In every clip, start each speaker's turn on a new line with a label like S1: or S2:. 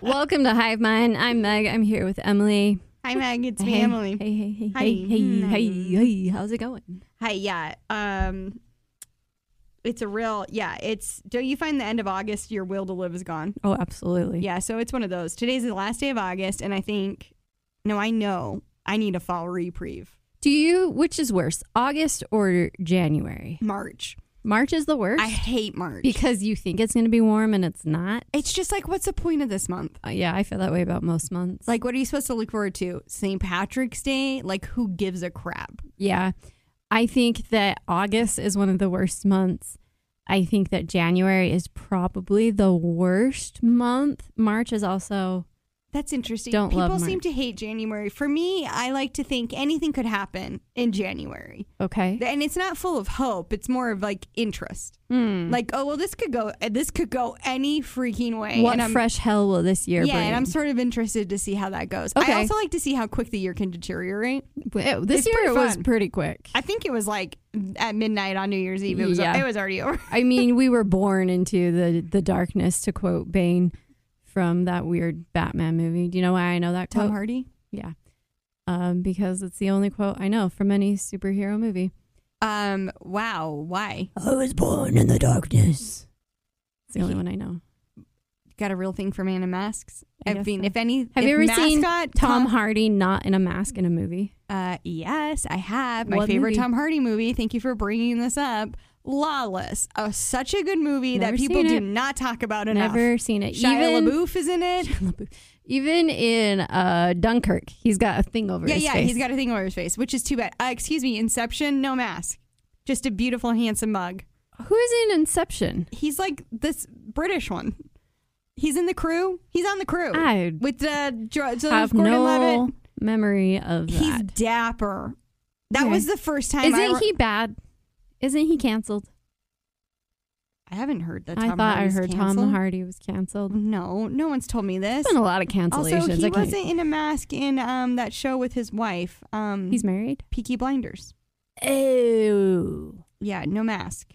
S1: Welcome to Hive Mind. I'm Meg. I'm here with Emily.
S2: Hi, Meg. It's me,
S1: hey,
S2: Emily.
S1: Hey, hey, hey,
S2: Hi.
S1: hey, hey,
S2: Hmm.
S1: hey, hey. How's it going?
S2: Hi, yeah. Um, it's a real, yeah. It's don't you find the end of August your will to live is gone?
S1: Oh, absolutely.
S2: Yeah, so it's one of those. Today's the last day of August, and I think, no, I know I need a fall reprieve.
S1: Do you? Which is worse, August or January?
S2: March.
S1: March is the worst
S2: I hate March
S1: because you think it's going to be warm and it's not.
S2: it's just like, what's the point of this month?
S1: Uh, yeah, I feel that way about most months.
S2: Like, what are you supposed to look forward to? St. Patrick's Day? Like, who gives a crap?
S1: Yeah. I think that August is one of the worst months. I think that January is probably the worst month. March is also
S2: That's interesting.
S1: Don't
S2: People
S1: love
S2: seem
S1: March.
S2: to hate January. For me, I like to think anything could happen in January.
S1: okay.
S2: and it's not full of hope it's more of like interest
S1: Hmm.
S2: like oh well this could go this could go any freaking way
S1: what
S2: and I'm,
S1: fresh hell will this year
S2: yeah
S1: bring?
S2: and i'm sort of interested to see how that goes
S1: Okay.
S2: i also like to see how quick the year can deteriorate
S1: Well, this
S2: It's
S1: year
S2: pretty
S1: it was
S2: fun.
S1: pretty quick.
S2: i think it was like at midnight on new year's eve it was
S1: Yeah.
S2: it was already over
S1: I mean, we were born into the the darkness, to quote Bane from that weird Batman movie. Do you know why I know that quote?
S2: hardy
S1: Um, because it's the only quote I know from any superhero movie.
S2: um wow why
S1: I was born in the darkness. It's the only one I know.
S2: got a real thing for man in masks
S1: I
S2: i,
S1: guess
S2: mean
S1: so.
S2: if any
S1: Have
S2: if
S1: you ever seen
S2: mascot
S1: Tom Hardy not in a mask in a movie.
S2: Uh,
S1: E
S2: yes, I have. My
S1: What
S2: favorite
S1: movie?
S2: Tom Hardy movie. Thank you for bringing this up. Lawless. Oh, such a good movie
S1: Never
S2: that people
S1: seen
S2: do
S1: it.
S2: not talk about enough.
S1: Never seen it.
S2: Shia
S1: even
S2: LaBeouf is in it.
S1: even in uh, Dunkirk, he's got a thing over
S2: Yeah,
S1: his
S2: yeah,
S1: face.
S2: he's got a thing over his face, which is too bad. Uh, excuse me, Inception, no mask. Just a beautiful, handsome mug.
S1: Who is in Inception?
S2: He's like this British one. He's in the crew. He's on the crew
S1: I
S2: with uh, Dr-
S1: have
S2: Gordon
S1: no
S2: Levitt.
S1: memory of that.
S2: He's dapper. That
S1: Okay.
S2: was the first time I,
S1: Isn't
S2: re-
S1: he bad? Isn't he canceled?
S2: I haven't heard that.
S1: I
S2: Uh, Tom
S1: thought
S2: Hardy's
S1: I heard
S2: canceled.
S1: Tom Hardy was canceled.
S2: No, no one's told me this.
S1: There's been a lot of
S2: Also,
S1: cancellations.
S2: he
S1: I can't-
S2: wasn't in a mask in um, that show with his wife. Um,
S1: he's married.
S2: Peaky Blinders.
S1: Oh,
S2: Yeah, no mask.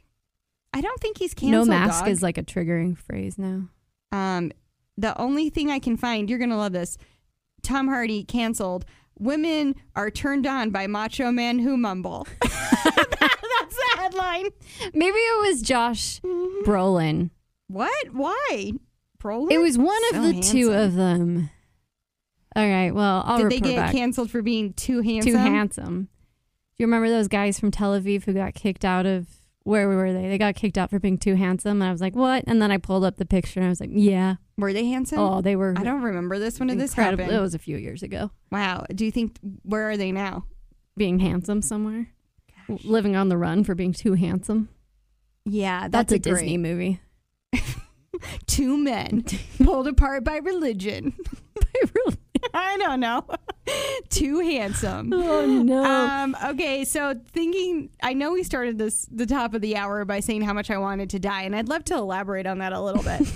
S2: I don't think he's
S1: no
S2: canceled.
S1: mask
S2: dog.
S1: is like a triggering phrase now.
S2: Um, the only thing I can find, you're gonna love this. Tom Hardy canceled. Women are turned on by macho men who mumble. That's the headline. Mm-hmm.
S1: Maybe it was Josh Brolin.
S2: What? Why? Brolin?
S1: It was one of
S2: So
S1: the two
S2: handsome.
S1: of them. All right. Well, I'll
S2: Did they
S1: report
S2: get
S1: back.
S2: canceled for being too handsome?
S1: Too handsome. Do you remember those guys from Tel Aviv who got kicked out of? Where were they? They got kicked out for being too handsome, and I was like, "What?" And then I pulled up the picture, and I was like, "Yeah,
S2: Were they handsome?
S1: oh, they were."
S2: I don't remember this. When did this
S1: incredible-
S2: happen?
S1: It was a few years ago.
S2: Wow. Do you think where are they now?
S1: being handsome somewhere. Living on the run for being too handsome.
S2: Yeah,
S1: That's, a, Disney movie.
S2: great- Two men pulled apart by religion. I don't know. Too handsome.
S1: oh no.
S2: Um, okay, so thinking, I know we started this the top of the hour by saying how much I wanted to die, and I'd love to elaborate on that a little bit.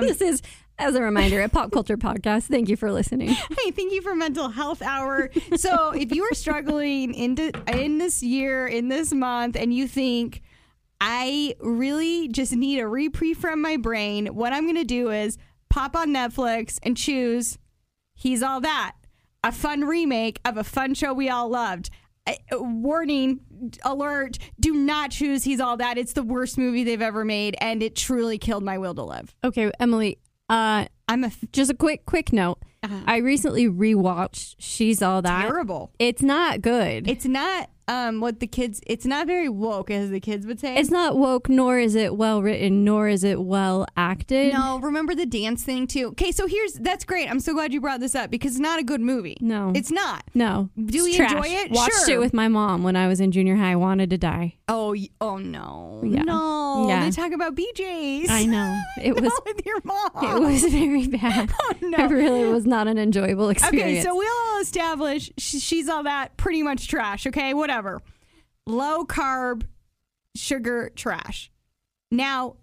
S1: this is, as a reminder, a pop culture podcast. Thank you for listening.
S2: hey, thank you for mental health hour. So, if you are struggling in th- in this year, in this month, and you think I really just need a reprieve from my brain, what I'm going to do is pop on Netflix and choose He's All That, a fun remake of a fun show we all loved. Uh, Warning, alert, do not choose He's All That. It's the worst movie they've ever made, and it truly killed my will to live.
S1: Okay, Emily. Uh,
S2: I'm a f-
S1: just a quick, quick note. I recently rewatched She's All That.
S2: Uh-huh. terrible.
S1: It's not good.
S2: It's not um what the kids. It's not very woke, as the kids would say.
S1: It's not woke, nor is it well written, nor is it well acted.
S2: no. Remember the dance thing too. Okay, so here's that's great. I'm so glad you brought this up because it's not a good movie.
S1: No.
S2: it's not.
S1: No.
S2: Do
S1: It's
S2: we
S1: trash.
S2: enjoy it?
S1: Watched
S2: Sure.
S1: it with my mom when I was in junior high. Wanted to die.
S2: Oh, y- oh no,
S1: Yeah.
S2: no.
S1: Yeah.
S2: They talk about BJ's.
S1: I know. It
S2: Not
S1: was
S2: with your mom.
S1: It was very bad.
S2: Oh, no.
S1: It really was not an enjoyable
S2: Okay,
S1: experience.
S2: so we'll all establish sh- she's all that pretty much trash, okay? Whatever. Low carb, sugar, trash. Now,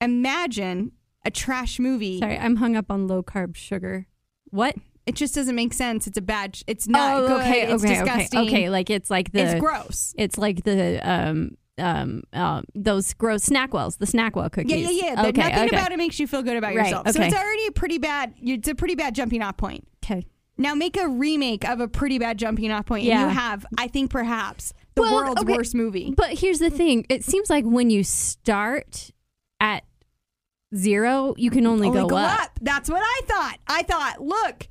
S2: imagine a trash movie.
S1: sorry, I'm hung up on low carb sugar. What?
S2: It just doesn't make sense. It's a bad, sh- it's not
S1: oh,
S2: good.
S1: okay,
S2: it's
S1: okay,
S2: disgusting.
S1: okay, okay. Like it's like the
S2: It's gross.
S1: it's like the um um, uh, those gross snack wells, the snack well cookies.
S2: Yeah, yeah, yeah. But
S1: Okay,
S2: nothing
S1: okay.
S2: about it makes you feel good about
S1: Right,
S2: yourself. So
S1: okay.
S2: it's already a pretty bad. It's a pretty bad jumping off point.
S1: okay.
S2: Now make a remake of a pretty bad jumping off point,
S1: Yeah.
S2: and you have, I think, perhaps the
S1: Well,
S2: world's
S1: okay.
S2: worst movie.
S1: But here's the thing: it seems like when you start at zero, you can only,
S2: Only
S1: go, up.
S2: That's what I thought. I thought, look,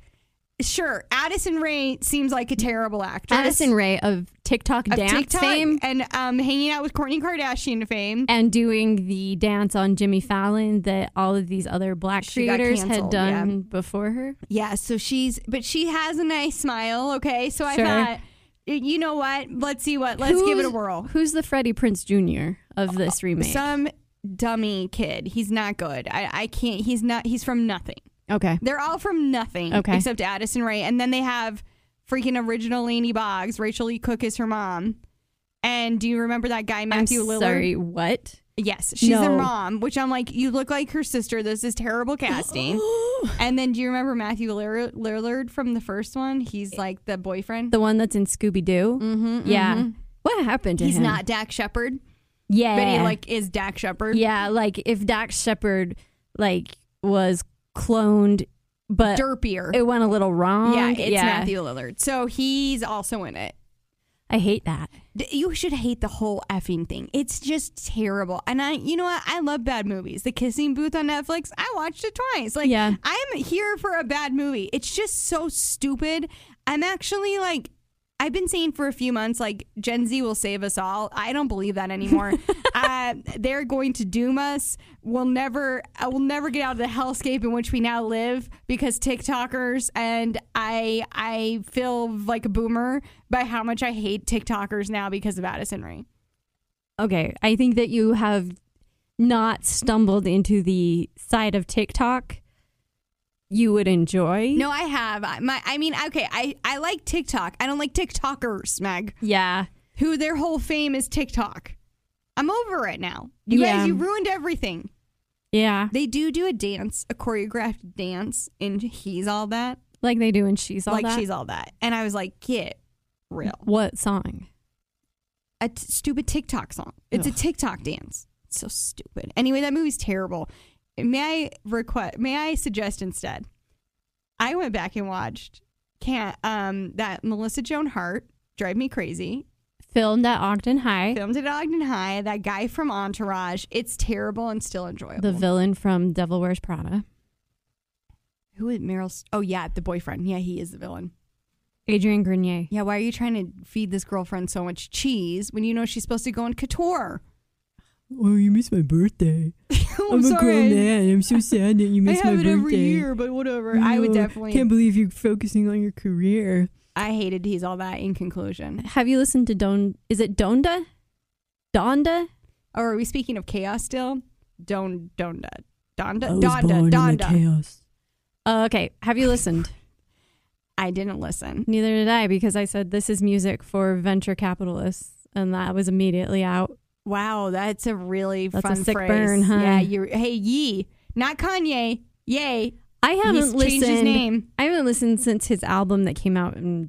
S2: sure, Addison Ray seems like a terrible actress.
S1: Addison Ray of TikTok
S2: Of
S1: dance
S2: TikTok
S1: fame
S2: and um, hanging out with Kourtney Kardashian fame.
S1: and doing the dance on Jimmy Fallon that all of these other black
S2: She got
S1: creators had
S2: canceled,
S1: done before her.
S2: Yeah, so she's, but she has a nice smile. Okay, so I
S1: Sure.
S2: thought, y- you know what? Let's see what. Let's give it a
S1: Who's-
S2: whirl.
S1: Who's the Freddie Prince Jr. of this
S2: Oh,
S1: remake?
S2: Some dummy kid. He's not good. I, I can't. He's not. He's from nothing.
S1: okay.
S2: They're all from nothing
S1: Okay.
S2: except Addison Ray. And then they have freaking original Laney Boggs. Rachel E. Cook is her mom. And do you remember that guy, Matthew
S1: I'm
S2: Lillard?
S1: sorry, what?
S2: Yes, she's their
S1: No.
S2: mom, which I'm like, you look like her sister. This is terrible casting. and then do you remember Matthew Lir- Lillard from the first one? He's like the boyfriend.
S1: Eh. The one that's in Scooby Doo?
S2: mm-hmm,
S1: Yeah. What happened to
S2: He's
S1: him?
S2: not Dak Shepard,
S1: Yeah.
S2: but he like is Dak Shepard.
S1: Eh. yeah, like if Dax Shepard like was cloned, but
S2: Derpier.
S1: it went a little wrong.
S2: yeah, it's Matthew Lillard. So he's also in it.
S1: I hate that.
S2: D- You should hate the whole effing thing. It's just terrible. And I, you know what? I love bad movies. The Kissing Booth on Netflix, I watched it twice. Like,
S1: Yeah.
S2: I'm here for a bad movie. It's just so stupid. I'm actually like, I've been saying for a few months, like, Gen Z will save us all. I don't believe that anymore. uh, they're going to doom us. We'll never, I will never get out of the hellscape in which we now live because TikTokers and I, I feel like a boomer by how much I hate TikTokers now because of Addison Ray.
S1: Okay, I think that you have not stumbled into the side of TikTok you would enjoy.
S2: No, I have. I- My, I mean, okay, I, I like TikTok. I don't like TikTokers, Meg.
S1: Yeah.
S2: who their whole fame is TikTok. I'm over it now. You
S1: Yeah.
S2: guys, you ruined everything.
S1: Yeah.
S2: They do do a dance, a choreographed dance, and he's all that,
S1: Like they do in She's All
S2: like
S1: That.
S2: she's all that. And I was like, get real.
S1: what song?
S2: A t- stupid TikTok song. It's a
S1: Ugh.
S2: TikTok dance. It's so stupid. Anyway, that movie's terrible. May I request? May I suggest instead? I went back and watched can um that Melissa Joan Hart drive me crazy
S1: Filmed at Ogden High.
S2: filmed at Ogden High. That guy from Entourage. It's terrible and still enjoyable.
S1: The villain from Devil Wears Prada.
S2: Who is Meryl? St- oh yeah, the boyfriend. Yeah, he is the villain.
S1: Adrian Grenier.
S2: Yeah, why are you trying to feed this girlfriend so much cheese when you know she's supposed to go on couture?
S3: Oh, you missed my birthday.
S2: I'm,
S3: I'm, a grown
S2: Oh, sorry.
S3: man. I'm so sad that you
S2: I
S3: missed my
S2: have it
S3: birthday.
S2: every year, but whatever. I would
S3: No,
S2: definitely.
S3: Can't believe you're focusing on your career.
S2: I hated he's all that. In conclusion,
S1: Have you listened to Don? Is it Donda? Donda?
S2: or are we speaking of chaos still? Don Donda Donda
S3: I was
S2: Donda
S3: born in the
S2: Donda.
S3: chaos.
S1: Oh, okay. Have you listened?
S2: I didn't listen.
S1: Neither did I because I said this is music for venture capitalists. And that was immediately out.
S2: Wow, that's a really
S1: That's a
S2: fun
S1: sick
S2: phrase.
S1: burn, huh?
S2: Yeah, you. Hey, Yee, not Kanye. Yay,
S1: I haven't
S2: he's
S1: listened.
S2: changed his name.
S1: I haven't listened since his album that came out in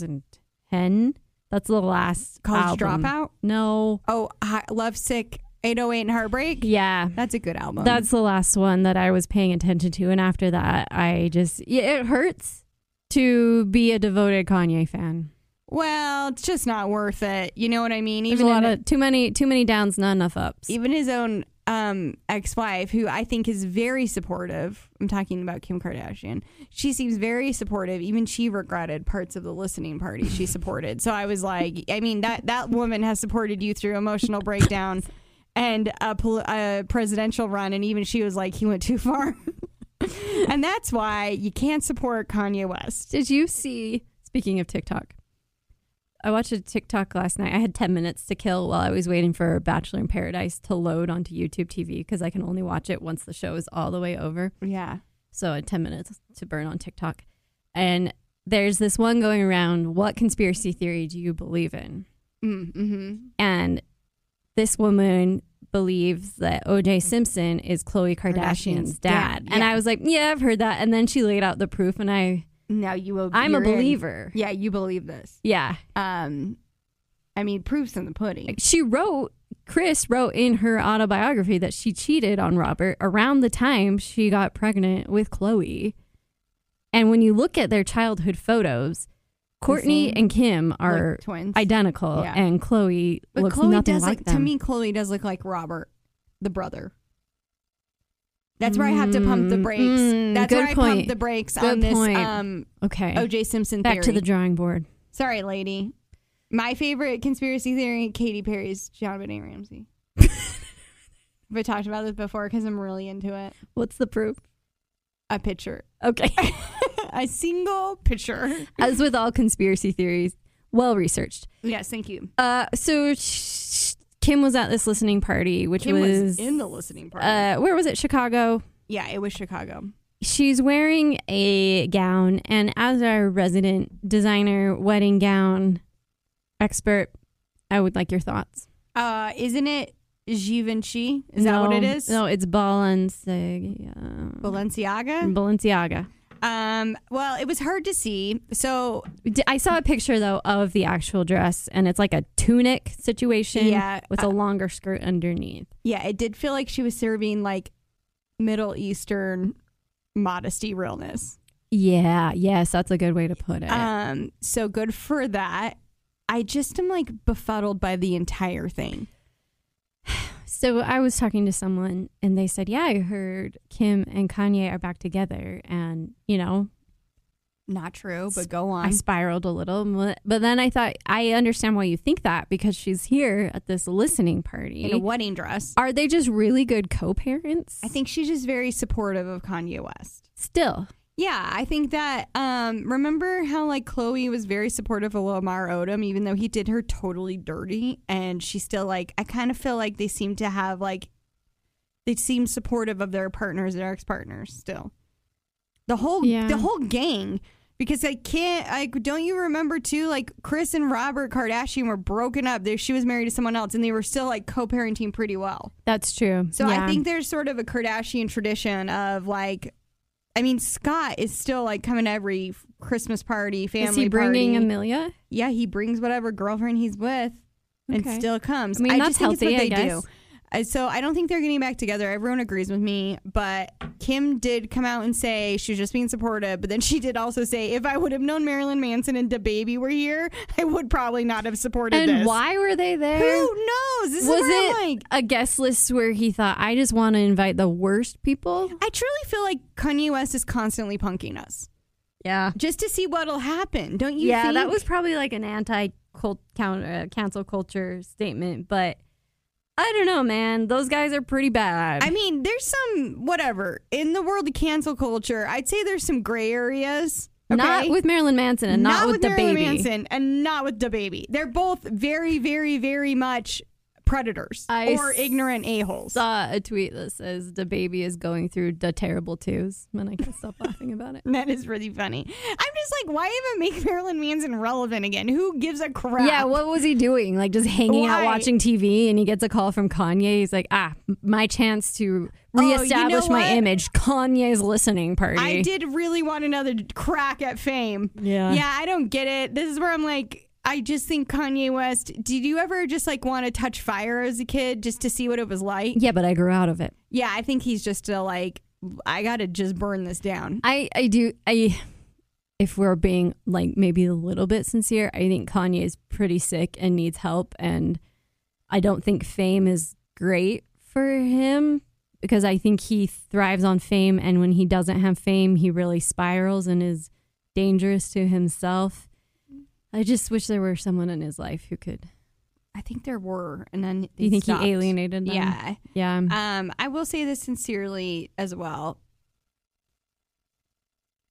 S1: 2010. That's the last
S2: College
S1: album.
S2: Dropout.
S1: No.
S2: Oh, hi, Love Sick, 808 and Heartbreak.
S1: Yeah.
S2: That's a good album.
S1: That's the last one that I was paying attention to. And after that, I just, yeah, it hurts to be a devoted Kanye fan.
S2: well, it's just not worth it. You know what I mean?
S1: There's a lot of too many, too many downs, not enough ups.
S2: even his own um, ex-wife, who I think is very supportive. I'm talking about Kim Kardashian. She seems very supportive. Even she regretted parts of the listening party she supported. So I was like, I mean that that woman has supported you through emotional breakdown and a, pol- a presidential run, and even she was like, he went too far. and that's why you can't support Kanye West.
S1: Did you see? Speaking of TikTok, I watched a TikTok last night. I had 10 minutes to kill while I was waiting for Bachelor in Paradise to load onto YouTube TV because I can only watch it once the show is all the way over.
S2: Yeah.
S1: So I had 10 minutes to burn on TikTok. And there's this one going around what conspiracy theory do you believe in?
S2: Mm-hmm.
S1: And this woman believes that OJ Simpson is Khloe Kardashian's
S2: Kardashian's
S1: dad.
S2: dad,
S1: And
S2: yeah.
S1: I was like, yeah, I've heard that. And then she laid out the proof, and I,
S2: Now you will.
S1: I'm a
S2: you're in.
S1: believer.
S2: Yeah, you believe this.
S1: Yeah.
S2: Um, I mean, proof's in the pudding.
S1: She wrote, Chris wrote in her autobiography that she cheated on Robert around the time she got pregnant with Chloe. And when you look at their childhood photos, Courtney
S2: same.
S1: and Kim are
S2: Like twins.
S1: identical,
S2: Yeah.
S1: and Chloe
S2: but
S1: looks
S2: Chloe
S1: nothing
S2: does
S1: like
S2: look,
S1: them.
S2: to me. Chloe does look like Robert, the brother. That's where I have to pump the
S1: Mm,
S2: brakes.
S1: mm,
S2: That's
S1: good
S2: where I
S1: point.
S2: pump the brakes
S1: Good
S2: on this
S1: point.
S2: um,
S1: okay,
S2: OJ Simpson
S1: back to
S2: theory.
S1: the drawing board.
S2: Sorry, lady. My favorite conspiracy theory: Katy Perry's John Benet Ramsey. Have I talked about this before? Because I'm really into it.
S1: What's the proof?
S2: A picture,
S1: Okay,
S2: a single picture.
S1: as with all conspiracy theories, well researched.
S2: Yes, thank you.
S1: Uh, so sh- Kim was at this listening party, which
S2: Kim was, in the listening party.
S1: uh, where was it? Chicago.
S2: yeah, it was Chicago.
S1: She's wearing a gown, and as our resident designer wedding gown expert, I would like your thoughts.
S2: Uh, isn't it Givenchy? Is that what it
S1: No,
S2: is?
S1: No, it's Balenciaga.
S2: Balenciaga.
S1: Balenciaga.
S2: Um, well, it was hard to see. So
S1: D- I saw a picture though of the actual dress, and it's like a tunic situation
S2: yeah, uh,
S1: with a longer skirt underneath.
S2: yeah, it did feel like she was serving like Middle Eastern modesty realness.
S1: Yeah, yes, that's a good way to put it.
S2: Um, so good for that. I just am like befuddled by the entire thing.
S1: so I was talking to someone, and they said, "Yeah, I heard Kim and Kanye are back together," and you know,
S2: Not true, but go on.
S1: I spiraled a little, but- but then I thought I understand why you think that because she's here at this listening
S2: in a
S1: party.
S2: wedding dress.
S1: Are they just really good co-parents?
S2: I think she's just very supportive of Kanye West.
S1: still.
S2: Yeah, I think that um remember how like Chloe was very supportive of Lamar Odom even though he did her totally dirty and she still like I kind of feel like they seem to have like they seem supportive of their partners, their ex-partners still. The whole
S1: Yeah.
S2: the whole gang because I can't like don't you remember too like Chris and Robert Kardashian were broken up. They, she was married to someone else and they were still like co-parenting pretty well.
S1: That's true.
S2: So
S1: Yeah.
S2: I think there's sort of a Kardashian tradition of like, I mean, Scott is still like coming to every Christmas party, family
S1: is he bringing
S2: party.
S1: Amelia?
S2: yeah, he brings whatever girlfriend he's with and still comes.
S1: I mean, that's
S2: just think
S1: healthy,
S2: it's what
S1: I
S2: they
S1: guess.
S2: do. Uh, So I don't think they're getting back together. Everyone agrees with me, but Kim did come out and say she was just being supportive. But then she did also say, if I would have known Marilyn Manson and DaBaby were here, I would probably not have supported
S1: And
S2: this.
S1: why were they
S2: Who
S1: there?
S2: knows? This
S1: was
S2: is where I'm
S1: it
S2: like,
S1: a guest list where he thought I just want to invite the worst people?
S2: I truly feel like Kanye West is constantly punking us
S1: Yeah,
S2: just to see what'll happen. Don't you?
S1: yeah,
S2: think?
S1: that was probably like an anti counter cancel culture statement, but I don't know, man. Those guys are pretty bad.
S2: I mean, there's some whatever in the world of cancel culture. I'd say there's some gray areas. Okay?
S1: Not with Marilyn Manson and not, with, the
S2: Marilyn
S1: baby.
S2: Manson and not with the baby. They're both very, very, very much predators
S1: I
S2: or ignorant a holes.
S1: Saw a tweet that says the baby is going through the terrible twos, and I can't stop laughing about it.
S2: That is really funny. I'm just like, why even make Marilyn Manson relevant again? Who gives a crap?
S1: Yeah, what was he doing? Like just hanging out
S2: Why?
S1: watching TV, and he gets a call from Kanye. He's like, ah, my chance to reestablish
S2: Oh, know
S1: my
S2: what?
S1: image. Kanye's listening party.
S2: I did really want another crack at fame.
S1: Uh.
S3: Yeah.
S2: Yeah, I don't get it. This is where I'm like, I just think Kanye West. Did you ever just like want to touch fire as a kid just to see what it was like?
S1: Yeah, but I grew out of it.
S2: Yeah, I think he's just still like, I gotta just burn this down.
S1: I, I do. I, if we're being like maybe a little bit sincere, I think Kanye is pretty sick and needs help. And I don't think fame is great for him because I think he thrives on fame. And when he doesn't have fame, he really spirals and is dangerous to himself. I just wish there were someone in his life who could.
S2: I think there were, and then
S1: Do you
S2: they
S1: think
S2: stopped.
S1: he alienated them?
S2: Yeah.
S1: Yeah.
S2: Um, I will say this sincerely as well.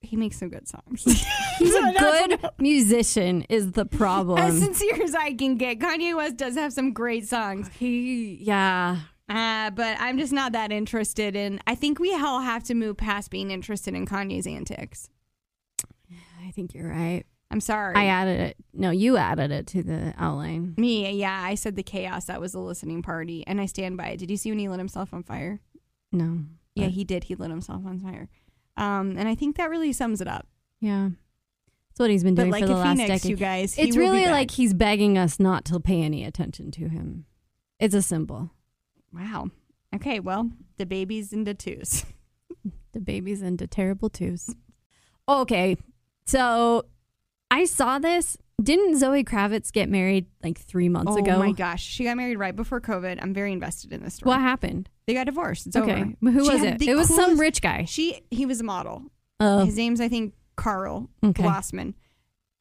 S2: He makes some good songs.
S1: He's
S2: So
S1: a
S2: that's
S1: good musician, is the problem.
S2: As sincere as I can get, Kanye West does have some great songs.
S1: he, yeah.
S2: Uh, but I'm just not that interested in. I think we all have to move past being interested in Kanye's antics.
S1: I think you're right.
S2: I'm sorry.
S1: I added it. No, you added it to the outline.
S2: Me, yeah, I said the chaos that was the listening party, and I stand by it. Did you see when he lit himself on fire?
S1: No.
S2: Yeah,
S1: Right.
S2: he did. He lit himself on fire. Um, and I think that really sums it up.
S1: Yeah. That's what he's been
S2: But
S1: doing
S2: like
S1: for the
S2: a
S1: last
S2: phoenix,
S1: decade.
S2: you guys. he
S1: It's
S2: will be
S1: really
S2: back.
S1: like he's begging us not to pay any attention to him. It's a symbol.
S2: wow. Okay, well, the baby's into twos.
S1: The baby's into terrible twos. Okay. So I saw this. Didn't Zoe Kravitz get married like three months
S2: oh
S1: ago?
S2: my gosh, she got married right before COVID. I'm very invested in this story.
S1: What happened?
S2: They got divorced. It's
S1: okay.
S2: over.
S1: But Who
S2: She
S1: was
S2: had
S1: it?
S2: the
S1: It was some
S2: coolest-
S1: rich guy.
S2: She he was a model.
S1: Oh,
S2: His name's I think Carl
S1: okay.
S2: Blossman.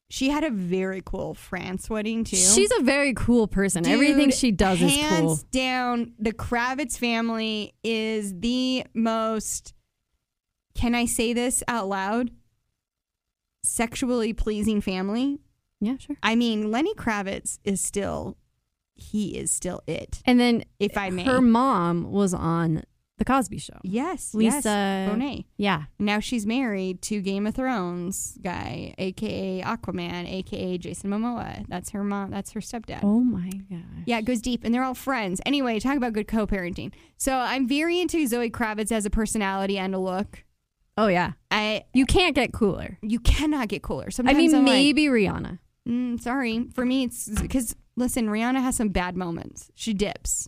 S2: She had a very cool France wedding too.
S1: She's a very cool person.
S2: Dude,
S1: Everything she does is
S2: hands
S1: cool.
S2: down. The Kravitz family is the most. Can I say this out loud? Sexually pleasing family.
S1: Yeah, sure.
S2: I mean, Lenny Kravitz is still, he is still it.
S1: And then
S2: If I may,
S1: her mom was on The Cosby Show.
S2: yes,
S1: Lisa
S2: yes, Bonet.
S1: Yeah.
S2: Now she's married to Game of Thrones guy, aka Aquaman, aka Jason Momoa. That's her mom. That's her stepdad.
S1: Oh my gosh.
S2: Yeah, it goes deep, and they're all friends. Anyway, talk about good co-parenting. So I'm very into Zoe Kravitz as a personality and a look.
S1: Oh yeah.
S2: I
S1: You can't get cooler.
S2: you cannot get cooler. Sometimes
S1: I mean,
S2: am
S1: maybe Rihanna.
S2: Like, mm, sorry, for me it's because listen, Rihanna has some bad moments. She dips.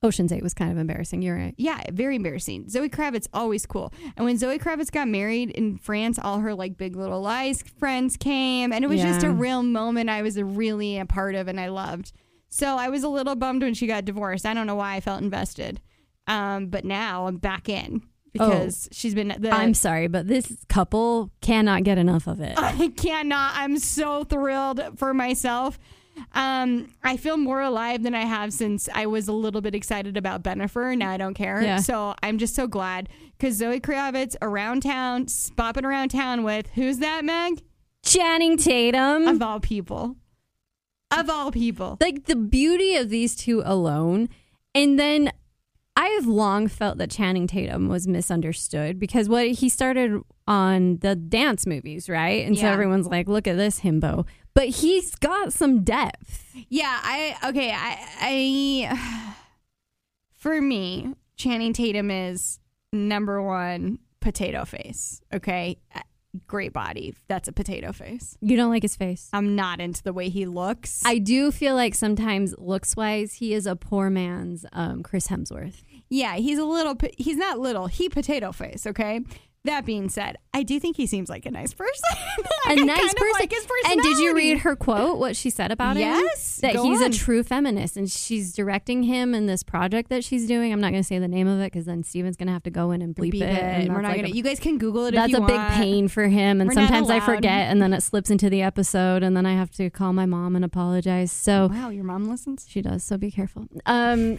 S1: Ocean's Eight was kind of embarrassing. You're right.
S2: Yeah, very embarrassing. Zoe Kravitz always cool. And when Zoe Kravitz got married in France, all her like Big Little Lies friends came, and it was just a
S1: Yeah.
S2: real moment I was really a part of and I loved. So I was a little bummed when she got divorced. I don't know why I felt invested, um, but now I'm back in because she's been. The,
S1: Oh. I'm sorry, but this couple cannot get enough of it.
S2: I cannot. I'm so thrilled for myself. Um, I feel more alive than I have since I was a little bit excited about Benifer. Now I don't care.
S1: Yeah.
S2: So I'm just so glad because Zoe Kravitz around town, bopping around town with who's that Meg?
S1: Channing Tatum.
S2: Of all people, of all people.
S1: like the beauty of these two alone. And then I've long felt that Channing Tatum was misunderstood because what he started on the dance movies, right? And so
S2: Yeah.
S1: everyone's like, look at this himbo. But he's got some depth.
S2: Yeah. I okay. I I for me, Channing Tatum is number one potato face. Okay, Uh, great body. That's a potato face.
S1: You don't like his face.
S2: I'm not into the way he looks.
S1: I do feel like sometimes looks wise, he is a poor man's um, Chris Hemsworth.
S2: yeah, he's a little. po- He's not little. He potato face. Okay. That being said, I do think he seems like a nice person.
S1: A
S2: Like, I
S1: nice
S2: kinda
S1: person.
S2: Like his
S1: and did you
S2: personality.
S1: read her quote, what she said about him?
S2: Yes.
S1: that
S2: go
S1: he's a
S2: on.
S1: true feminist and she's directing him in this project that she's doing. I'm not going to say the name of it because then Steven's going to have to go in and bleep,
S2: Beep
S1: it. and
S2: We're
S1: that's
S2: not
S1: like
S2: gonna.
S1: a-
S2: you guys can Google it.
S1: that's
S2: if you
S1: a big
S2: want.
S1: pain for him. And
S2: We're not
S1: sometimes I
S2: allowed.
S1: forget and then it slips into the episode and then I have to call my mom and apologize. So
S2: Wow, your mom listens.
S1: she does. So be careful. Um,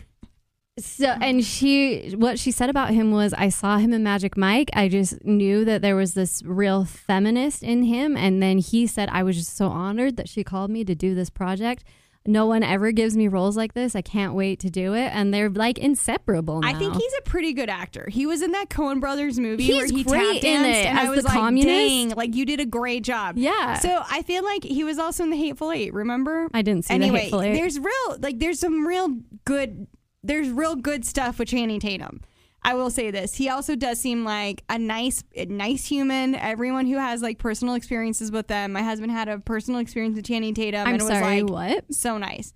S1: so and she what she said about him was I saw him in Magic Mike. I just knew that there was this real feminist in him and then he said I was just so honored that she called me to do this project. No one ever gives me roles like this. I can't wait to do it and they're like inseparable
S2: I think
S1: now.
S2: he's a pretty good actor. He was in that Coen Brothers movie
S1: He's
S2: where he
S1: great
S2: tap danced,
S1: in it
S2: and
S1: as
S2: I
S1: the
S2: was like,
S1: communist.
S2: "Dang, like you did a great job."
S1: Yeah.
S2: So I feel like he was also in the Hateful Eight. Remember?
S1: I didn't see the
S2: anyway,
S1: hateful Eight.
S2: there's real like there's some real good there's real good stuff with Channing Tatum. I will say this. He also does seem like a nice a nice human. Everyone who has like personal experiences with them. My husband had a personal experience with Channing Tatum
S1: I'm
S2: and it was
S1: sorry,
S2: like
S1: what?
S2: so nice.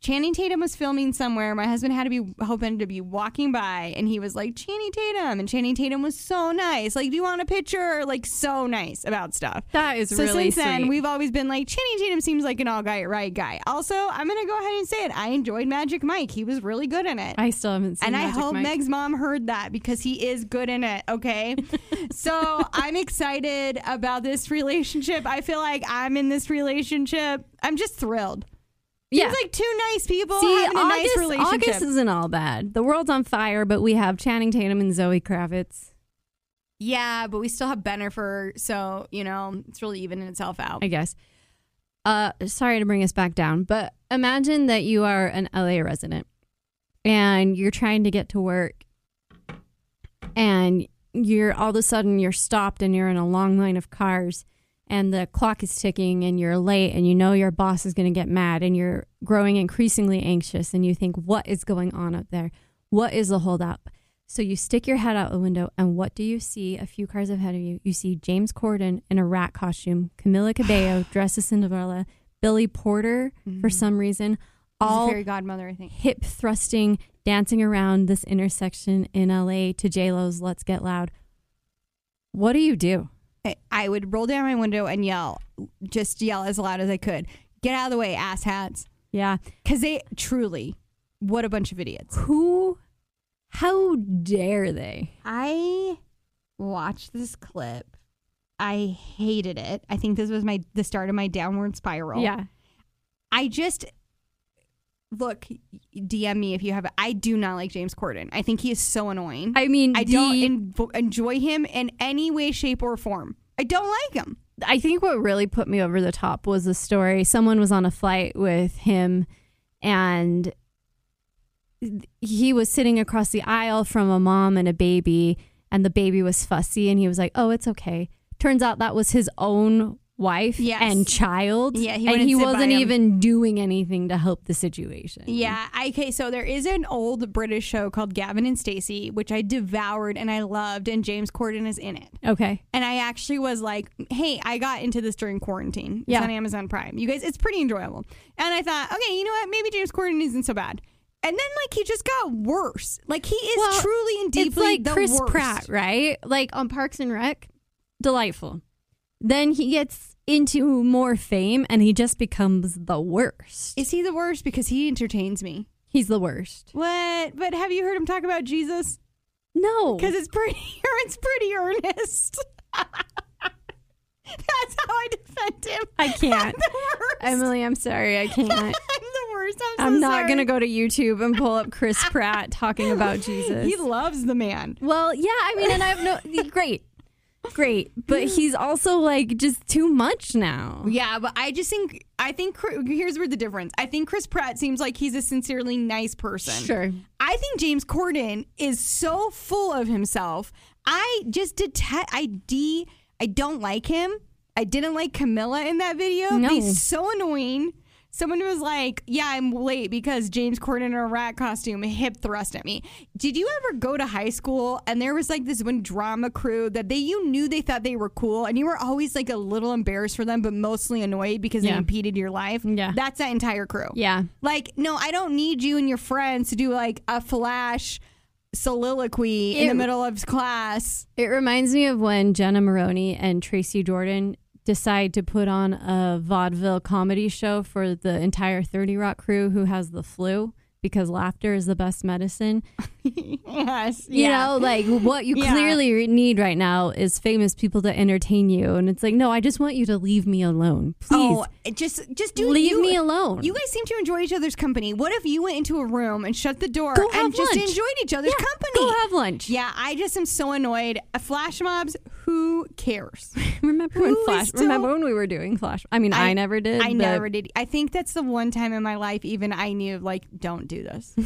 S2: Channing Tatum was filming somewhere. My husband had to be hoping to be walking by, and he was like, Channing Tatum. And Channing Tatum was so nice. Like, do you want a picture? Like, so nice about stuff
S1: That is
S2: so
S1: really
S2: since then,
S1: sweet.
S2: we've always been like Channing Tatum seems like an all guy right guy. Also, I'm gonna go ahead and say it. I enjoyed Magic Mike. He was really good in it.
S1: I still haven't seen
S2: and I
S1: Magic
S2: hope
S1: Mike.
S2: Meg's mom heard that because he is good in it. Okay, so I'm excited about this relationship. I feel like I'm in this relationship. I'm just thrilled.
S1: yeah.
S2: It's like two nice people
S1: See,
S2: having a
S1: August,
S2: nice relationship.
S1: August isn't all bad. The world's on fire, but we have Channing Tatum and Zoe Kravitz.
S2: yeah, but we still have Benifer, so you know it's really evening itself out.
S1: I guess. Uh, sorry to bring us back down, but imagine that you are an LA resident and you're trying to get to work and you're all of a sudden you're stopped and you're in a long line of cars and the clock is ticking and you're late and you know your boss is going to get mad and you're growing increasingly anxious and you think what is going on up there? What is the holdup? So you stick your head out the window, and what do you see? A few cars ahead of you, you see James Corden in a rat costume, Camila Cabello dressed as Cinderella, Billy Porter for some reason, all
S2: fairy godmother, I think.
S1: hip thrusting, dancing around this intersection in LA to J Lo's "Let's Get Loud." What do you do?
S2: I, I would roll down my window and yell, just yell as loud as I could. Get out of the way, asshats.
S1: Yeah,
S2: Because they truly, what a bunch of idiots.
S1: who? How dare they?
S2: I watched this clip. I hated it. I think this was my the start of my downward spiral.
S1: Yeah,
S2: I just look. DM me if you have. I do not like James Corden. I think he is so annoying.
S1: I mean,
S2: I don't
S1: the-
S2: en- enjoy him in any way, shape, or form. I don't like him.
S1: I think what really put me over the top was the story. Someone was on a flight with him and he was sitting across the aisle from a mom and a baby and the baby was fussy and he was like, "Oh, it's okay." Turns out that was his own wife
S2: Yes.
S1: and child
S2: Yeah, he
S1: and
S2: wouldn't
S1: he
S2: sit by
S1: wasn't
S2: him.
S1: even doing anything to help the situation.
S2: Yeah. I, okay. So there is an old British show called Gavin and Stacey, which I devoured and I loved, and James Corden is in it.
S1: Okay.
S2: And I actually was like, hey, I got into this during quarantine. It's
S1: Yeah.
S2: on Amazon Prime. You guys, it's pretty enjoyable. And I thought, okay, you know what? Maybe James Corden isn't so bad. And then, like, he just got worse. Like, he is
S1: Well,
S2: truly and deeply
S1: it's like
S2: the
S1: Chris
S2: worst.
S1: Pratt, right? Like on Parks and Rec, delightful. Then he gets into more fame and he just becomes the worst.
S2: Is he the worst? Because he entertains me.
S1: He's the worst.
S2: What? But have you heard him talk about Jesus?
S1: No.
S2: Because it's pretty, it's pretty earnest. That's how I defend him.
S1: I can't.
S2: I'm the worst.
S1: Emily, I'm sorry. I
S2: I'm
S1: can't.
S2: the worst. I'm, so
S1: I'm not
S2: sorry.
S1: going to go to YouTube and pull up Chris Pratt talking about Jesus.
S2: He loves the man.
S1: well, yeah, I mean, and I have no. Great. Great. But he's also like just too much now.
S2: Yeah, but I just think I think Chr- here's where the difference. I think Chris Pratt seems like he's a sincerely nice person.
S1: Sure.
S2: I think James Corden is so full of himself. I just detest. I d. I don't like him. I didn't like Camilla in that video.
S1: No.
S2: He's so annoying. Someone was like, "Yeah, I'm late because James Corden in a rat costume hip thrust at me." Did you ever go to high school and there was like this one drama crew that they you knew they thought they were cool and you were always like a little embarrassed for them but mostly annoyed because they
S1: Yeah.
S2: impeded your life?
S1: Yeah.
S2: that's that entire crew.
S1: Yeah.
S2: Like, no, I don't need you and your friends to do like a flash soliloquy in the
S1: Ew.
S2: middle of class.
S1: It reminds me of when Jenna Maroney and Tracy Jordan decide to put on a vaudeville comedy show for the entire 30 Rock crew who has the flu because laughter is the best medicine.
S2: yes.
S1: You
S2: yeah.
S1: know, like what you
S2: Yeah.
S1: clearly re- need right now is famous people to entertain you. And it's like, no, I just want you to leave me alone. Please
S2: Oh, it just just do
S1: leave
S2: you-
S1: me alone.
S2: You guys seem to enjoy each other's company. What if you went into a room and shut the door
S1: Go
S2: and
S1: have
S2: just
S1: lunch.
S2: enjoyed each other's
S1: Yeah,
S2: company?
S1: Go have lunch.
S2: yeah, I just am so annoyed. Uh, Flash mobs, who cares?
S1: Remember
S2: Who
S1: when
S2: is
S1: Flash?
S2: still-
S1: remember when we were doing Flash? I mean, I, never did.
S2: I
S1: but-
S2: never did. I think that's the one time in my life even I knew like don't do this.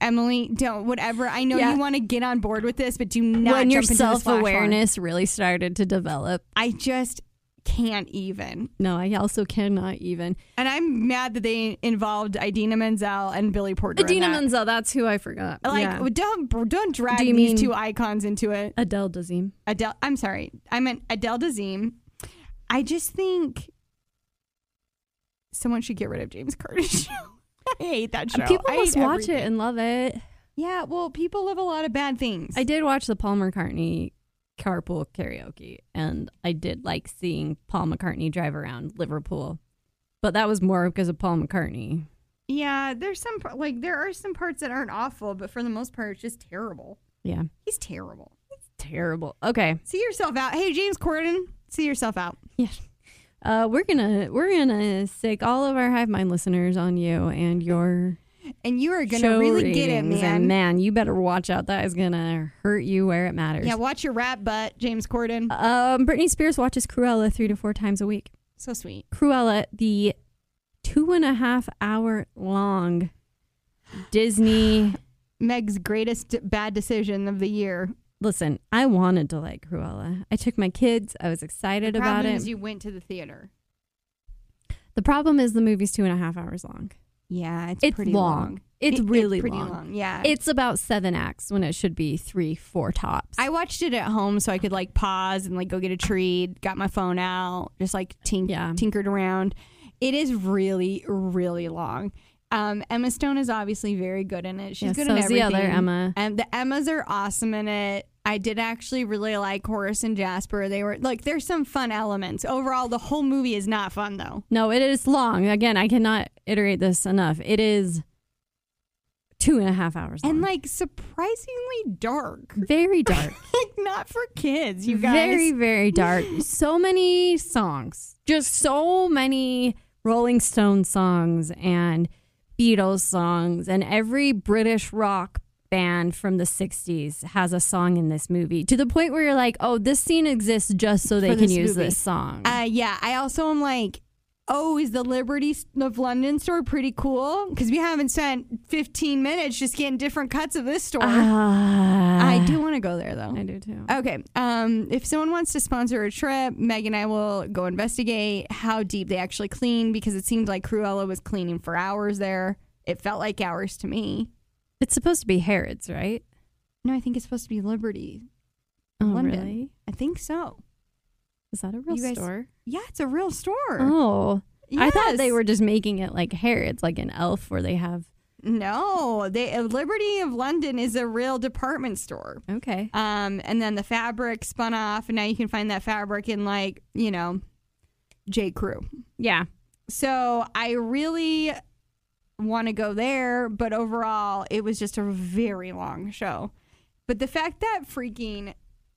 S2: Emily, don't whatever. I know
S1: Yeah.
S2: you want to get on board with this, but do not
S1: when your
S2: jump into the splash
S1: self awareness really started to develop.
S2: line. I just can't even.
S1: No, I also cannot even.
S2: And I'm mad that they involved Idina Menzel and Billy Porter. in
S1: Adina
S2: that.
S1: Menzel, that's who I forgot.
S2: Like
S1: Yeah.
S2: don't don't drag
S1: Do you
S2: these
S1: mean-
S2: two icons into it.
S1: Adele Dazeem.
S2: Adele. I'm sorry. I meant Adele Dazeem. I just think someone should get rid of James Curtis. I hate that show.
S1: Uh, People
S2: I
S1: must
S2: hate
S1: watch
S2: everything.
S1: it and love it.
S2: Yeah, well, people love a lot of bad things.
S1: I did watch the Paul McCartney carpool karaoke, and I did like seeing Paul McCartney drive around Liverpool, but that was more because of Paul McCartney.
S2: yeah, there's some par- like there are some parts that aren't awful, but for the most part, it's just terrible.
S1: Yeah,
S2: He's terrible.
S1: terrible. Okay,
S2: See yourself out. Hey, James Corden, see yourself out.
S1: yeah. Uh, we're gonna we're gonna sick all of our hive mind listeners on you and your
S2: And you are gonna
S1: show
S2: really get it,
S1: ratings.
S2: man.
S1: And man, you better watch out. That is gonna hurt you where it matters.
S2: yeah, watch your rap butt, James Corden.
S1: Um, Britney Spears watches Cruella three to four times a week.
S2: so sweet.
S1: Cruella, the two and a half hour long Disney.
S2: Meg's greatest bad decision of the year.
S1: Listen, I wanted to like Cruella. I took my kids. I was excited
S2: The
S1: about
S2: problem
S1: it.
S2: is you went to the theater.
S1: the problem is the movie's two and a half hours long.
S2: Yeah, it's,
S1: It's
S2: pretty
S1: long.
S2: long.
S1: It's
S2: It-
S1: really
S2: pretty
S1: long.
S2: Yeah.
S1: It's about seven acts when it should be three, four tops.
S2: I watched it at home so I could like pause and like go get a treat, got my phone out, just like tink-
S1: Yeah.
S2: tinkered around. It is really, really long. Um, Emma Stone is obviously very good in it. She's
S1: Yeah,
S2: good in
S1: so's the
S2: everything.
S1: other Emma.
S2: And the Emmas are awesome in it. I did actually really like Horace and Jasper. They were like, there's some fun elements. Overall, the whole movie is not fun though.
S1: No, it is long. Again, I cannot iterate this enough. It is two and a half hours long.
S2: And like surprisingly dark.
S1: very dark.
S2: like not for kids, you guys.
S1: Very, very dark. so many songs. Just so many Rolling Stones songs and Beatles songs. And every British rock band from the 60s has a song in this movie to the point where you're like, oh, this scene exists just so they
S2: For
S1: can
S2: this
S1: use
S2: movie.
S1: this song.
S2: Uh, yeah, I also am like, oh, is the Liberty of London store pretty cool? Because we haven't spent 15 minutes just getting different cuts of this store. I do Uh, want to go there though.
S1: Ah. Uh-huh. I do too.
S2: Okay. Um, if someone wants to sponsor a trip, Meg and I will go investigate how deep they actually clean because it seemed like Cruella was cleaning for hours there. It felt like hours to me.
S1: It's supposed to be Harrods, right?
S2: No, I think it's supposed to be Liberty.
S1: Oh,
S2: London.
S1: really?
S2: I think so.
S1: Is that a real
S2: You guys-
S1: store?
S2: Yeah, it's a real store.
S1: Oh, I thought they
S2: Yes.
S1: were just making it like Harrods, like an elf where they have.
S2: No, they uh, Liberty of London is a real department store.
S1: Okay.
S2: Um, and then the fabric spun off, and now you can find that fabric in like you know, J Crew.
S1: Yeah.
S2: So I really want to go there, but overall, it was just a very long show. But the fact that freaking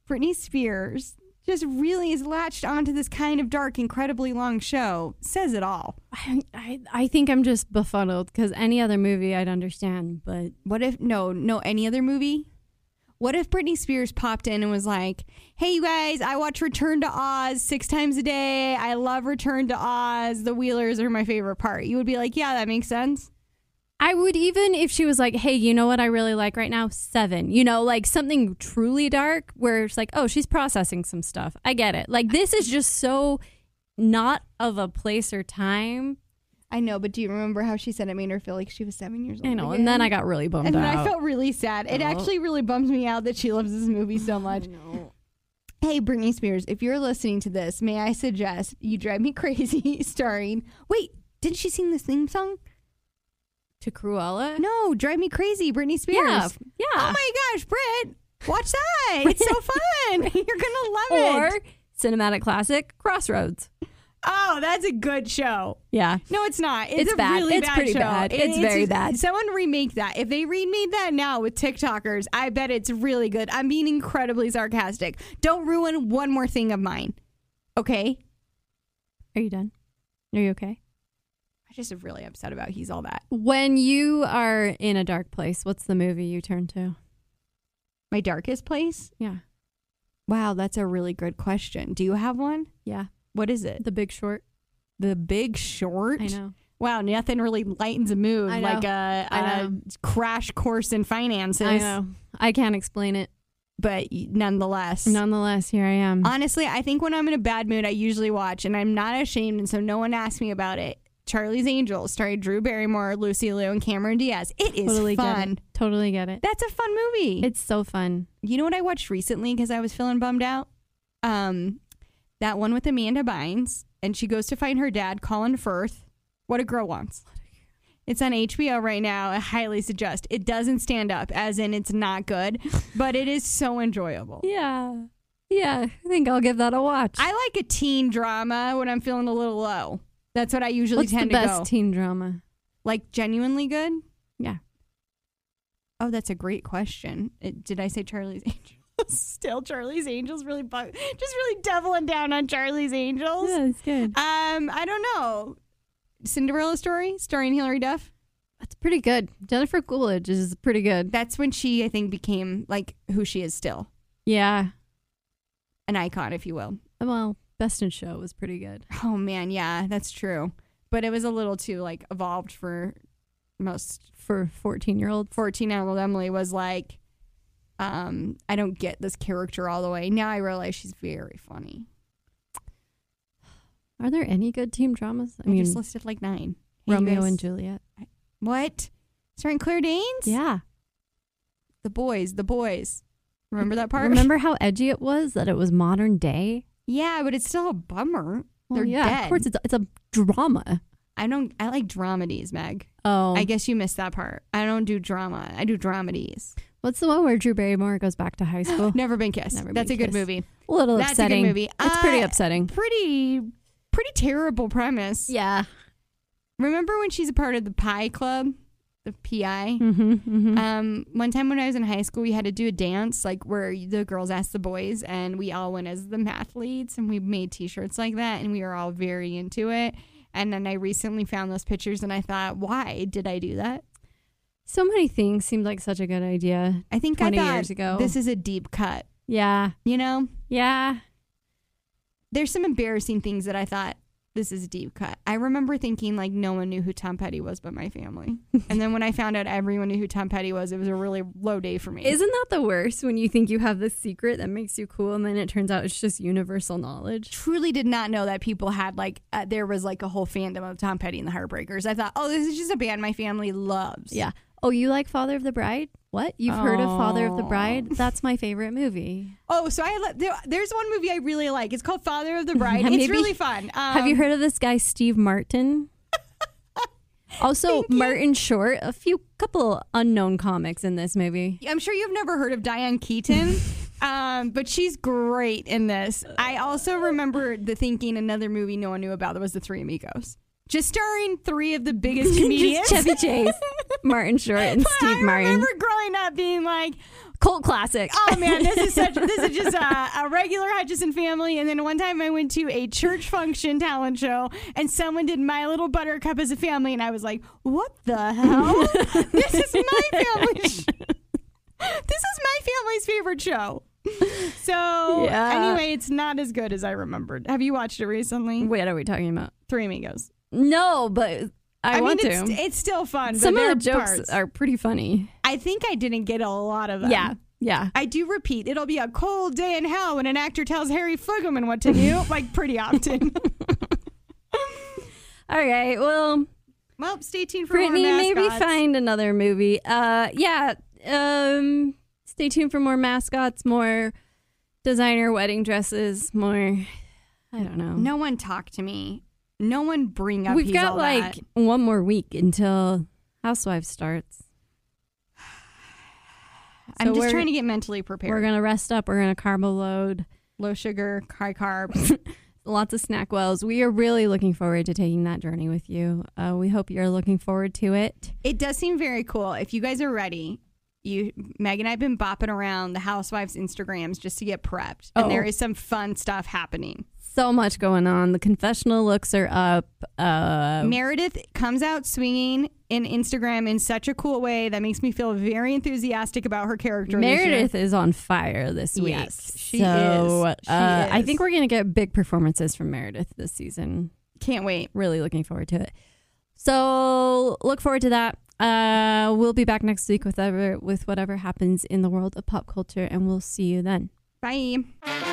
S2: Britney Spears just really is latched onto this kind of dark, incredibly long show says it all.
S1: I, I, I think I'm just befuddled because any other movie I'd understand, but
S2: What if no, no any other movie? What if Britney Spears popped in and was like, "Hey you guys, I watch Return to Oz 6 times a day. I love Return to Oz. The Wheelers are my favorite part." You would be like, "Yeah, that makes sense."
S1: I would even if she was like, hey, you know what I really like right now? Seven. You know, like something truly dark where it's like, oh, she's processing some stuff. I get it. Like this is just so not of a place or time.
S2: I know, but do you remember how she said it made her feel like she was 7 years old?
S1: I know. And then I got really bummed
S2: and then
S1: out.
S2: I felt really sad. It
S1: Oh.
S2: actually really bums me out that she loves this movie so much. Hey, Britney Spears, if you're listening to this, may I suggest You Drive Me Crazy starring. Wait, didn't she sing this theme song?
S1: to Cruella.
S2: No, Drive Me Crazy, Britney Spears.
S1: yeah, f- yeah.
S2: Oh my gosh, Brit, watch that. It's so fun. You're going to love
S1: or
S2: it.
S1: cinematic classic Crossroads.
S2: Oh, that's a good show.
S1: Yeah,
S2: No, it's not. It's,
S1: It's
S2: a
S1: bad.
S2: really
S1: It's
S2: bad
S1: pretty
S2: show.
S1: bad. It's very bad.
S2: Someone remake that. If they remade that now with TikTokers, I bet it's really good. I'm being incredibly sarcastic. Don't ruin one more thing of mine. Okay?
S1: are you done? Are you okay?
S2: I just am really upset about he's all that.
S1: When you are in a dark place, what's the movie you turn to?
S2: My darkest place?
S1: Yeah,
S2: Wow, that's a really good question. Do you have one?
S1: yeah.
S2: What is it?
S1: The Big Short.
S2: The Big Short.
S1: I know.
S2: Wow, nothing really lightens a mood
S1: I know.
S2: like a,
S1: I
S2: a
S1: know.
S2: crash course in finances.
S1: I know. I can't explain it.
S2: But nonetheless,
S1: Nonetheless, here I am.
S2: Honestly, I think when I'm in a bad mood, I usually watch, and I'm not ashamed, and so no one asked me about it. Charlie's Angels, starring Drew Barrymore, Lucy Liu, and Cameron Diaz. It is
S1: totally
S2: fun.
S1: get it. Totally get it.
S2: That's a fun movie.
S1: It's so fun.
S2: you know what I watched recently because I was feeling bummed out? Um, that one with Amanda Bynes, and she goes to find her dad, Colin Firth. What a girl wants. It's on HBO right now. I highly suggest. It doesn't stand up, as in it's not good, but it is so enjoyable.
S1: Yeah, yeah. I think I'll give that a watch.
S2: I like a teen drama when I'm feeling a little low. That's what I usually
S1: what's the
S2: tend to
S1: best
S2: go.
S1: teen drama?
S2: like genuinely good?
S1: Yeah.
S2: Oh, that's a great question. It, did I say Charlie's Angels? Still Charlie's Angels really bug, just really doubling down on Charlie's Angels.
S1: Yeah, it's good.
S2: Um, I don't know. Cinderella story starring Hilary Duff.
S1: That's pretty good. Jennifer Coolidge is pretty good.
S2: That's when she I think became like who she is still,
S1: Yeah.
S2: an icon if you will.
S1: Well, Best in Show was pretty good.
S2: Oh man, yeah, that's true. But it was a little too like evolved for most
S1: for 14 year olds.
S2: 14 year old Emily was like, um, I don't get this character all the way. Now I realize she's very funny.
S1: Are there any good team dramas? I
S2: I,
S1: mean,
S2: just listed like nine. Hey, you
S1: Mm. Romeo
S2: guys-
S1: and Juliet.
S2: What? starring Claire Danes.
S1: Yeah.
S2: The boys, the boys. Remember that part?
S1: Remember how edgy it was that it was modern day?
S2: Yeah, but it's still a bummer. They're
S1: yeah,
S2: dead.
S1: of course it's it's a drama.
S2: I don't. I like dramedies, Meg.
S1: Oh,
S2: I guess you missed that part. I don't do drama. I do dramedies.
S1: what's the one where Drew Barrymore goes back to high school?
S2: Never been kissed.
S1: Oh. Never
S2: That's
S1: Been
S2: a good
S1: Kissed.
S2: movie.
S1: A little
S2: That's a good
S1: upsetting.
S2: movie.
S1: It's pretty
S2: Uh,
S1: upsetting.
S2: Pretty, pretty terrible premise.
S1: Yeah.
S2: Remember when she's a part of the Pi Club, the PI?
S1: Mm-hmm, mm-hmm.
S2: Um, one time when I was in high school, we had to do a dance like where the girls asked the boys, and we all went as the mathletes, and we made T-shirts like that, and we were all very into it. And then I recently found those pictures, and I thought, why did I do that?
S1: so many things seemed like such a good idea.
S2: I think I
S1: 20
S2: thought
S1: years ago.
S2: this is a deep cut.
S1: Yeah.
S2: You know,
S1: Yeah.
S2: there's some embarrassing things that I thought this is a deep cut. I remember thinking like no one knew who Tom Petty was but my family, and then when I found out everyone knew who Tom Petty was, it was a really low day for me.
S1: Isn't that the worst when you think you have this secret that makes you cool and then it turns out it's just universal knowledge?
S2: truly did not know that people had like uh, there was like a whole fandom of Tom Petty and the Heartbreakers. I thought, oh, this is just a band my family loves.
S1: Yeah. Oh, you like Father of the Bride? What? You've heard of Father of the
S2: Oh.
S1: Bride? That's my favorite movie.
S2: Oh, so I le- there, there's one movie I really like. It's called Father of the Bride.
S1: Yeah,
S2: it's
S1: maybe-
S2: really fun. Um,
S1: Have you heard of this guy Steve Martin? also,
S2: Thank you.
S1: Martin Short, a few couple unknown comics in this movie.
S2: I'm sure you've never heard of Diane Keaton. Um, but she's great in this. I also remember the thinking another movie no one knew about that was The Three Amigos. Just starring three of the biggest comedians.
S1: Just Chevy Chase, Martin Short, and
S2: But
S1: Steve
S2: I
S1: Martin.
S2: remember growing up being like,
S1: Cult classic.
S2: oh man, this is such this is just a, a regular Hutchison family. And then one time I went to a church function talent show, and someone did My Little Buttercup as a family, and I was like, what the hell? this is my family. sh- this is my family's favorite show. So
S1: Yeah.
S2: anyway, it's not as good as I remembered. Have you watched it recently?
S1: What are we talking about?
S2: Three Amigos.
S1: No, but I,
S2: mean,
S1: want
S2: it's,
S1: to.
S2: it's still fun. but
S1: Some
S2: there
S1: of the jokes
S2: parts-
S1: are pretty funny.
S2: I think I didn't get a lot of them.
S1: Yeah, yeah.
S2: I do repeat, it'll be a cold day in hell when an actor tells Harry Fuggerman what to do, like pretty often.
S1: All right. Well,
S2: well, stay tuned for
S1: Brittany,
S2: more
S1: maybe
S2: mascots.
S1: find another movie. Uh, yeah. Um, stay tuned for more mascots, more designer wedding dresses, more. I don't know.
S2: No one talk to me. No one bring up.
S1: we've
S2: he's
S1: got
S2: all
S1: like
S2: that.
S1: one more week until Housewives starts.
S2: I'm
S1: so
S2: just
S1: we're-
S2: trying to get mentally prepared.
S1: We're gonna rest up. We're gonna carbo load.
S2: Low sugar, high carb.
S1: lots of snack wells. We are really looking forward to taking that journey with you. Uh, we hope you're looking forward to it.
S2: it does seem very cool. If you guys are ready, you Meg and I've been bopping around the housewives' Instagrams just to get prepped, and
S1: Oh.
S2: there is some fun stuff happening.
S1: So much going on. The confessional looks are up. Uh,
S2: Meredith comes out swinging in Instagram in such a cool way that makes me feel very enthusiastic about her character. this year.
S1: Meredith is on fire this week.
S2: Yes, she
S1: so,
S2: is. She
S1: uh, I
S2: is.
S1: think we're going to get big performances from Meredith this season.
S2: can't wait.
S1: Really looking forward to it. So look forward to that. Uh, we'll be back next week with, ever, with whatever happens in the world of pop culture, and we'll see you then.
S2: Bye.